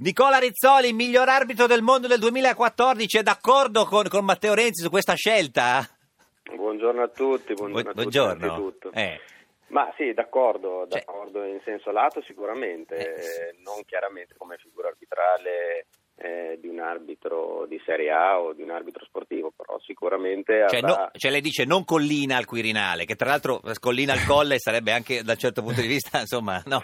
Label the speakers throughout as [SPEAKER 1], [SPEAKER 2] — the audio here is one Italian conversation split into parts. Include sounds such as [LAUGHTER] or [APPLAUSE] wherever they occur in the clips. [SPEAKER 1] Nicola Rizzoli, miglior arbitro del mondo del 2014, è d'accordo con, con Matteo Renzi su questa scelta?
[SPEAKER 2] Buongiorno a tutti, buongiorno,
[SPEAKER 1] Bu- buongiorno.
[SPEAKER 2] a tutti innanzitutto.
[SPEAKER 1] Eh.
[SPEAKER 2] Ma sì, d'accordo,
[SPEAKER 1] Cioè-
[SPEAKER 2] d'accordo in senso lato sicuramente,
[SPEAKER 1] Eh,
[SPEAKER 2] eh, non chiaramente come figura arbitrale eh, di un arbitro di Serie A o di un arbitro sportivo, però sicuramente
[SPEAKER 1] Cioè,
[SPEAKER 2] avrà... [LAUGHS]
[SPEAKER 1] no- cioè, lei dice non collina al Quirinale, che tra l'altro collina al
[SPEAKER 2] [LAUGHS]
[SPEAKER 1] Colle sarebbe anche da un certo punto di vista, insomma, no,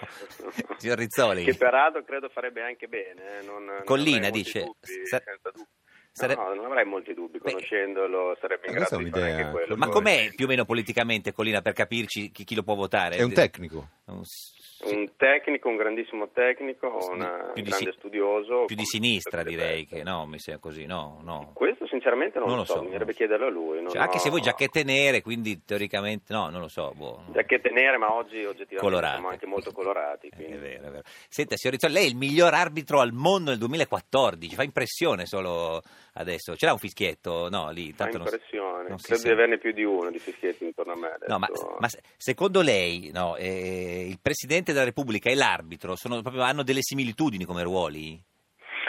[SPEAKER 1] signor Rizzoli.
[SPEAKER 2] Che peraltro credo farebbe anche bene. eh, non- non
[SPEAKER 1] Collina,
[SPEAKER 2] avrei molti
[SPEAKER 1] dice,
[SPEAKER 2] dubbi,
[SPEAKER 1] sa-
[SPEAKER 2] senza dubbi.
[SPEAKER 1] sare-
[SPEAKER 2] No, no, non avrei molti dubbi,
[SPEAKER 1] Beh,
[SPEAKER 2] conoscendolo sarebbe in
[SPEAKER 3] Eh, questa
[SPEAKER 2] grado
[SPEAKER 3] è
[SPEAKER 2] di fare
[SPEAKER 3] un'idea,
[SPEAKER 2] anche quello.
[SPEAKER 1] Ma
[SPEAKER 3] Poi-
[SPEAKER 1] com'è più o meno politicamente Collina per capirci chi, chi lo può votare?
[SPEAKER 3] È un tecnico.
[SPEAKER 1] Un s-
[SPEAKER 2] Un tecnico, un grandissimo tecnico, Oh, una- un eh,
[SPEAKER 1] più di
[SPEAKER 2] grande
[SPEAKER 1] si-
[SPEAKER 2] studioso.
[SPEAKER 1] Più di
[SPEAKER 2] con-
[SPEAKER 1] sinistra
[SPEAKER 2] con-
[SPEAKER 1] direi che no, mi sembra così, no, no.
[SPEAKER 2] Questo sinceramente non,
[SPEAKER 1] Non
[SPEAKER 2] lo so, bisognerebbe
[SPEAKER 1] non lo so.
[SPEAKER 2] chiederlo a lui. non
[SPEAKER 1] Cioè, anche
[SPEAKER 2] ho-
[SPEAKER 1] se voi giacchette nere, quindi teoricamente no, non lo so. boh, no.
[SPEAKER 2] Giacchette nere, ma oggi oggettivamente
[SPEAKER 1] colorate.
[SPEAKER 2] siamo anche molto colorati.
[SPEAKER 1] Eh,
[SPEAKER 2] quindi.
[SPEAKER 1] È vero, è vero. Senta, signor Rizzoli, lei è il miglior arbitro al mondo nel 2014, fa impressione solo adesso. Ce l'ha un fischietto? No, lì
[SPEAKER 2] Fa
[SPEAKER 1] tanto non si-
[SPEAKER 2] impressione,
[SPEAKER 1] non si
[SPEAKER 2] credo di
[SPEAKER 1] sente.
[SPEAKER 2] averne più di uno di fischietti intorno a me.
[SPEAKER 1] No, ma,
[SPEAKER 2] adesso.
[SPEAKER 1] ma se- secondo lei no, eh, il Presidente della Repubblica e l'arbitro sono proprio- hanno delle similitudini come ruoli?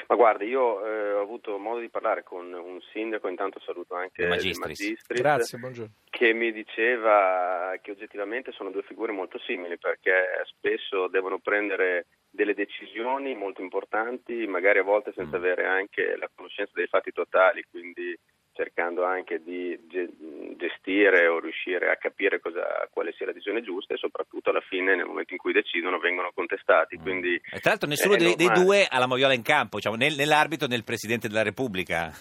[SPEAKER 2] Ma guardi, io eh, ho avuto modo di parlare con un sindaco, intanto saluto anche
[SPEAKER 1] De
[SPEAKER 2] il
[SPEAKER 1] Magistris.
[SPEAKER 2] Magistris,
[SPEAKER 4] Grazie, buongiorno.
[SPEAKER 2] che mi diceva che oggettivamente sono due figure molto simili perché spesso devono prendere delle decisioni molto importanti, magari a volte senza
[SPEAKER 1] Mm.
[SPEAKER 2] avere anche la conoscenza dei fatti totali, quindi cercando anche di ge- gestire o riuscire a capire cosa- quale sia la decisione giusta e soprattutto alla fine nel momento in cui decidono vengono contestati. Quindi
[SPEAKER 1] E Eh, tra l'altro nessuno
[SPEAKER 2] è
[SPEAKER 1] dei, dei
[SPEAKER 2] normale.
[SPEAKER 1] due ha la moviola in campo, diciamo, né- né l'arbitro né il Presidente della Repubblica.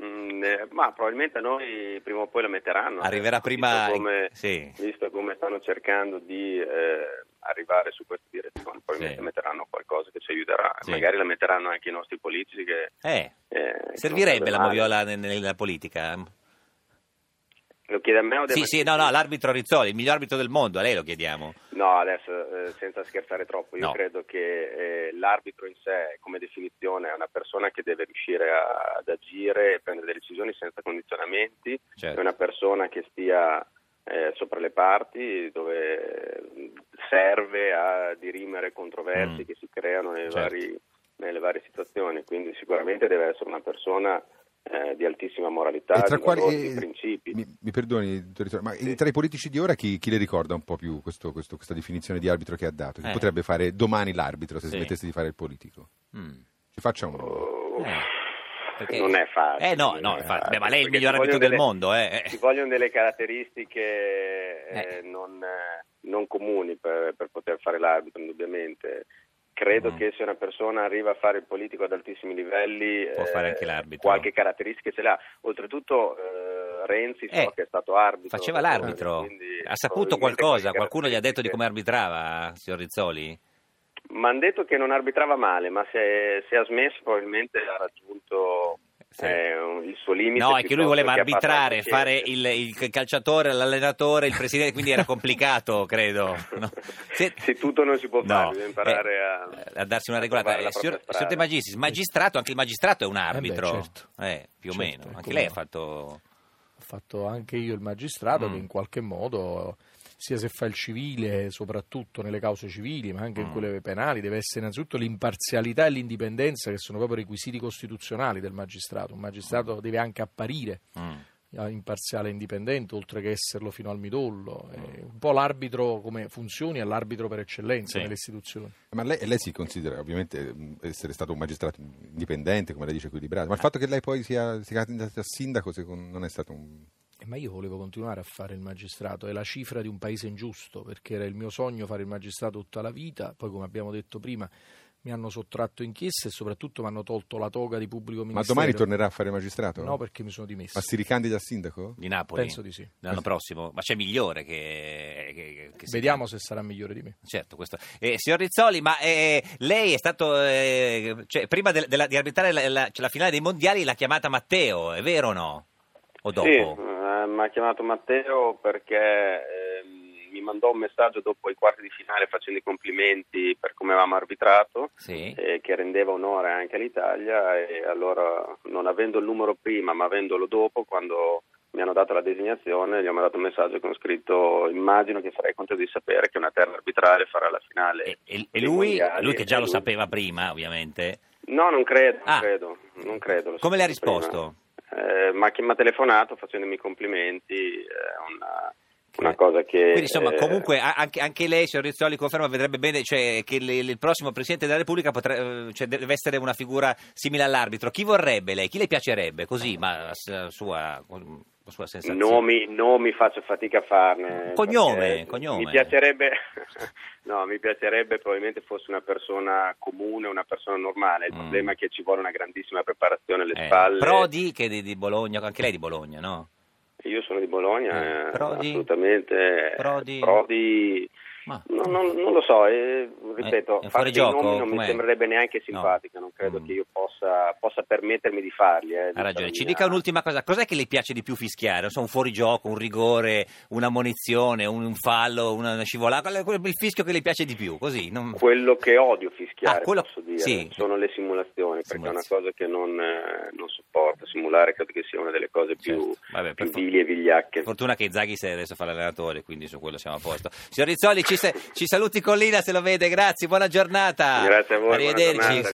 [SPEAKER 2] Mm, eh, ma probabilmente a noi prima o poi la metteranno. eh,
[SPEAKER 1] Arriverà
[SPEAKER 2] Visto
[SPEAKER 1] prima...
[SPEAKER 2] come-
[SPEAKER 1] Sì.
[SPEAKER 2] visto come stanno cercando di eh, arrivare su questa direzione, probabilmente
[SPEAKER 1] Sì.
[SPEAKER 2] metteranno qualcosa che ci aiuterà.
[SPEAKER 1] Sì.
[SPEAKER 2] Magari la metteranno anche i nostri politici. Che,
[SPEAKER 1] Eh,
[SPEAKER 2] eh, che non
[SPEAKER 1] servirebbe
[SPEAKER 2] sarebbe
[SPEAKER 1] la
[SPEAKER 2] male.
[SPEAKER 1] moviola ne- nella politica?
[SPEAKER 2] Lo chiede a me o deve-
[SPEAKER 1] Sì, sì, no, no, l'arbitro Rizzoli, il miglior arbitro del mondo, a lei lo chiediamo.
[SPEAKER 2] No, adesso eh, senza scherzare troppo, io
[SPEAKER 1] No.
[SPEAKER 2] credo che eh, l'arbitro in sé, come definizione, è una persona che deve riuscire a- ad agire e prendere delle decisioni senza condizionamenti.
[SPEAKER 1] Certo.
[SPEAKER 2] è una persona che stia eh, sopra le parti, dove eh, serve a dirimere controversie
[SPEAKER 1] Mm.
[SPEAKER 2] che si creano nei
[SPEAKER 1] Certo.
[SPEAKER 2] vari- nelle varie situazioni, quindi sicuramente deve essere una persona eh, di altissima moralità,
[SPEAKER 3] E tra
[SPEAKER 2] di
[SPEAKER 3] quali-
[SPEAKER 2] valori,
[SPEAKER 3] eh,
[SPEAKER 2] di principi.
[SPEAKER 3] Mi, mi perdoni, dottor Rizzoli, ma
[SPEAKER 2] Sì.
[SPEAKER 3] tra i politici di ora chi, chi le ricorda un po' più questo- questo- questa definizione di arbitro che ha dato? Che
[SPEAKER 1] Eh.
[SPEAKER 3] potrebbe fare domani l'arbitro se
[SPEAKER 1] Sì.
[SPEAKER 3] smettesse di fare il politico?
[SPEAKER 1] Mm.
[SPEAKER 3] Ci faccia un nome.
[SPEAKER 2] Oh,
[SPEAKER 1] Eh, perché-
[SPEAKER 2] Non è facile.
[SPEAKER 1] Eh, no, no,
[SPEAKER 2] non è
[SPEAKER 1] infatti.
[SPEAKER 2] facile,
[SPEAKER 1] Beh, ma lei è il
[SPEAKER 2] perché
[SPEAKER 1] miglior
[SPEAKER 2] ci
[SPEAKER 1] arbitro
[SPEAKER 2] vogliono
[SPEAKER 1] del
[SPEAKER 2] delle-
[SPEAKER 1] mondo, eh.
[SPEAKER 2] Ci vogliono delle caratteristiche eh, non, eh, non comuni per, per poter fare l'arbitro, indubbiamente. Credo
[SPEAKER 1] Mm.
[SPEAKER 2] che se una persona arriva a fare il politico ad altissimi livelli, eh,
[SPEAKER 1] Può fare anche l'arbitro.
[SPEAKER 2] Qualche caratteristica ce l'ha. Oltretutto, eh, Renzi so
[SPEAKER 1] Eh,
[SPEAKER 2] che è stato arbitro.
[SPEAKER 1] Faceva
[SPEAKER 2] da giovane,
[SPEAKER 1] l'arbitro,
[SPEAKER 2] quindi
[SPEAKER 1] ha saputo
[SPEAKER 2] probabilmente
[SPEAKER 1] qualcosa,
[SPEAKER 2] qualche
[SPEAKER 1] qualcuno gli ha detto di
[SPEAKER 2] caratteristica.
[SPEAKER 1] come arbitrava, signor Rizzoli?
[SPEAKER 2] Mi hanno detto che non arbitrava male, ma se, se ha smesso probabilmente ha raggiunto
[SPEAKER 1] Sì.
[SPEAKER 2] eh, un- il suo limite.
[SPEAKER 1] No, è che lui
[SPEAKER 2] piuttosto
[SPEAKER 1] voleva
[SPEAKER 2] ha passato
[SPEAKER 1] arbitrare,
[SPEAKER 2] il
[SPEAKER 1] fare
[SPEAKER 2] piede.
[SPEAKER 1] il, il calciatore, l'allenatore, il presidente, quindi era
[SPEAKER 2] [LAUGHS]
[SPEAKER 1] complicato, credo. no? Se-
[SPEAKER 2] Sì, tutto non si può fare,
[SPEAKER 1] No,
[SPEAKER 2] bisogna imparare
[SPEAKER 1] eh,
[SPEAKER 2] a,
[SPEAKER 1] a darsi una
[SPEAKER 2] a
[SPEAKER 1] regolata.
[SPEAKER 2] trovare
[SPEAKER 1] Eh,
[SPEAKER 2] la
[SPEAKER 1] signor,
[SPEAKER 2] propria strada.
[SPEAKER 1] signor De Magistris, magistrato, anche il magistrato è un arbitro,
[SPEAKER 4] certo.
[SPEAKER 1] Eh, più o
[SPEAKER 4] Certo,
[SPEAKER 1] meno.
[SPEAKER 4] eh,
[SPEAKER 1] Anche
[SPEAKER 4] come
[SPEAKER 1] lei ha
[SPEAKER 4] no.
[SPEAKER 1] fatto...
[SPEAKER 4] Ho fatto anche io il magistrato
[SPEAKER 1] Mm.
[SPEAKER 4] che in qualche modo, sia se fa il civile, soprattutto nelle cause civili, ma anche
[SPEAKER 1] Mm.
[SPEAKER 4] in quelle penali, deve essere innanzitutto l'imparzialità e l'indipendenza che sono proprio requisiti costituzionali del magistrato. Un magistrato deve anche apparire
[SPEAKER 1] Mm.
[SPEAKER 4] eh, imparziale e indipendente, oltre che esserlo fino al midollo.
[SPEAKER 1] Mm.
[SPEAKER 4] È un po' l'arbitro come funzioni è l'arbitro per eccellenza
[SPEAKER 1] Sì.
[SPEAKER 4] nelle istituzioni.
[SPEAKER 3] Eh, Ma lei, lei si considera ovviamente mh, essere stato un magistrato indipendente, come lei dice, equilibrato, ma il fatto che lei poi sia, sia candidata a sindaco secondo, non è stato un...
[SPEAKER 4] Eh, Ma io volevo continuare a fare il magistrato, è la cifra di un paese ingiusto, perché era il mio sogno fare il magistrato tutta la vita, poi come abbiamo detto prima mi hanno sottratto inchieste e soprattutto mi hanno tolto la toga di pubblico
[SPEAKER 3] Ma
[SPEAKER 4] ministero.
[SPEAKER 3] domani tornerà a fare magistrato?
[SPEAKER 4] No, perché mi sono dimesso.
[SPEAKER 3] Ma si ricandida a sindaco?
[SPEAKER 1] Di Napoli?
[SPEAKER 4] Penso di sì.
[SPEAKER 1] L'anno prossimo? Ma c'è migliore che... che- che si-
[SPEAKER 4] Vediamo se sarà migliore di me.
[SPEAKER 1] Certo, questo. Eh, signor Rizzoli, ma eh, lei è stato, eh, cioè, prima del- della- di arbitrare la, la- cioè, la finale dei mondiali, l'ha chiamata Matteo, è vero o no? O dopo?
[SPEAKER 2] Sì, eh, mi ha chiamato Matteo perché ehm, mi mandò un messaggio dopo i quarti di finale facendo i complimenti per come avevamo arbitrato.
[SPEAKER 1] Sì.
[SPEAKER 2] eh, che rendeva onore anche all'Italia e allora non avendo il numero prima ma avendolo dopo quando mi hanno dato la designazione gli ho mandato un messaggio con scritto immagino che sarei contento di sapere che una terra arbitrale farà la finale
[SPEAKER 1] E, e- e
[SPEAKER 2] dei
[SPEAKER 1] lui,
[SPEAKER 2] mondiali". eh,
[SPEAKER 1] lui che già
[SPEAKER 2] E
[SPEAKER 1] lo sapeva prima, ovviamente.
[SPEAKER 2] No, non credo, non
[SPEAKER 1] Ah.
[SPEAKER 2] credo, non credo, l'ho
[SPEAKER 1] Come le ha
[SPEAKER 2] sentito prima.
[SPEAKER 1] risposto?
[SPEAKER 2] Eh, ma chi mi ha telefonato facendomi i complimenti è una, una
[SPEAKER 1] Che-
[SPEAKER 2] cosa che...
[SPEAKER 1] Quindi insomma,
[SPEAKER 2] eh,
[SPEAKER 1] comunque a- anche, anche lei, signor Rizzoli, conferma, vedrebbe bene cioè, che il, il prossimo Presidente della Repubblica potre- eh, cioè, deve essere una figura simile all'arbitro. Chi vorrebbe lei? Chi le piacerebbe? Così, ma a s- a sua, a sua sensazione.
[SPEAKER 2] Nomi, nomi faccio fatica a farne.
[SPEAKER 1] Cognome,
[SPEAKER 2] perché
[SPEAKER 1] cognome.
[SPEAKER 2] Mi piacerebbe, [LAUGHS] no, mi piacerebbe probabilmente fosse una persona comune, una persona normale. Il
[SPEAKER 1] Mm.
[SPEAKER 2] problema è che ci vuole una grandissima preparazione alle
[SPEAKER 1] Eh,
[SPEAKER 2] spalle.
[SPEAKER 1] Prodi, che è di, di Bologna, anche lei è di Bologna, no?
[SPEAKER 2] Io sono di Bologna,
[SPEAKER 1] Eh,
[SPEAKER 2] eh,
[SPEAKER 1] Prodi?
[SPEAKER 2] assolutamente.
[SPEAKER 1] Prodi?
[SPEAKER 2] Prodi-
[SPEAKER 1] Ma-
[SPEAKER 2] No, non, non lo so, eh, ripeto,
[SPEAKER 1] Eh, è fuori
[SPEAKER 2] fare i
[SPEAKER 1] gioco?
[SPEAKER 2] nomi non mi
[SPEAKER 1] Com'è?
[SPEAKER 2] sembrerebbe neanche
[SPEAKER 1] No.
[SPEAKER 2] simpatica, non credo
[SPEAKER 1] Mm.
[SPEAKER 2] che io possa, possa permettermi di farli. eh,
[SPEAKER 1] Ha
[SPEAKER 2] di
[SPEAKER 1] ragione, ci
[SPEAKER 2] farmi
[SPEAKER 1] dica
[SPEAKER 2] a-
[SPEAKER 1] un'ultima cosa, cos'è che le piace di più fischiare? Non so, un fuorigioco, un rigore, una munizione, un, un fallo, una, una scivolata, Qual è quel- il fischio che le piace di più, così? non-
[SPEAKER 2] Quello che odio fischiare,
[SPEAKER 1] Ah, quello-
[SPEAKER 2] posso dire,
[SPEAKER 1] sì.
[SPEAKER 2] sono le simulazioni, perché è una
[SPEAKER 1] Simulazioni.
[SPEAKER 2] cosa che non, eh, non sopporto. Simulare credo che sia una delle cose più,
[SPEAKER 1] Certo. Vabbè, per
[SPEAKER 2] più
[SPEAKER 1] for-
[SPEAKER 2] vili e vigliacche.
[SPEAKER 1] Fortuna che Zaghi sei adesso fa l'allenatore, quindi su quello siamo a posto. Signor Rizzoli, ci, se- ci saluti con Lina se lo vede, grazie, buona giornata.
[SPEAKER 2] Grazie a voi, buona
[SPEAKER 1] Arrivederci.
[SPEAKER 2] giornata.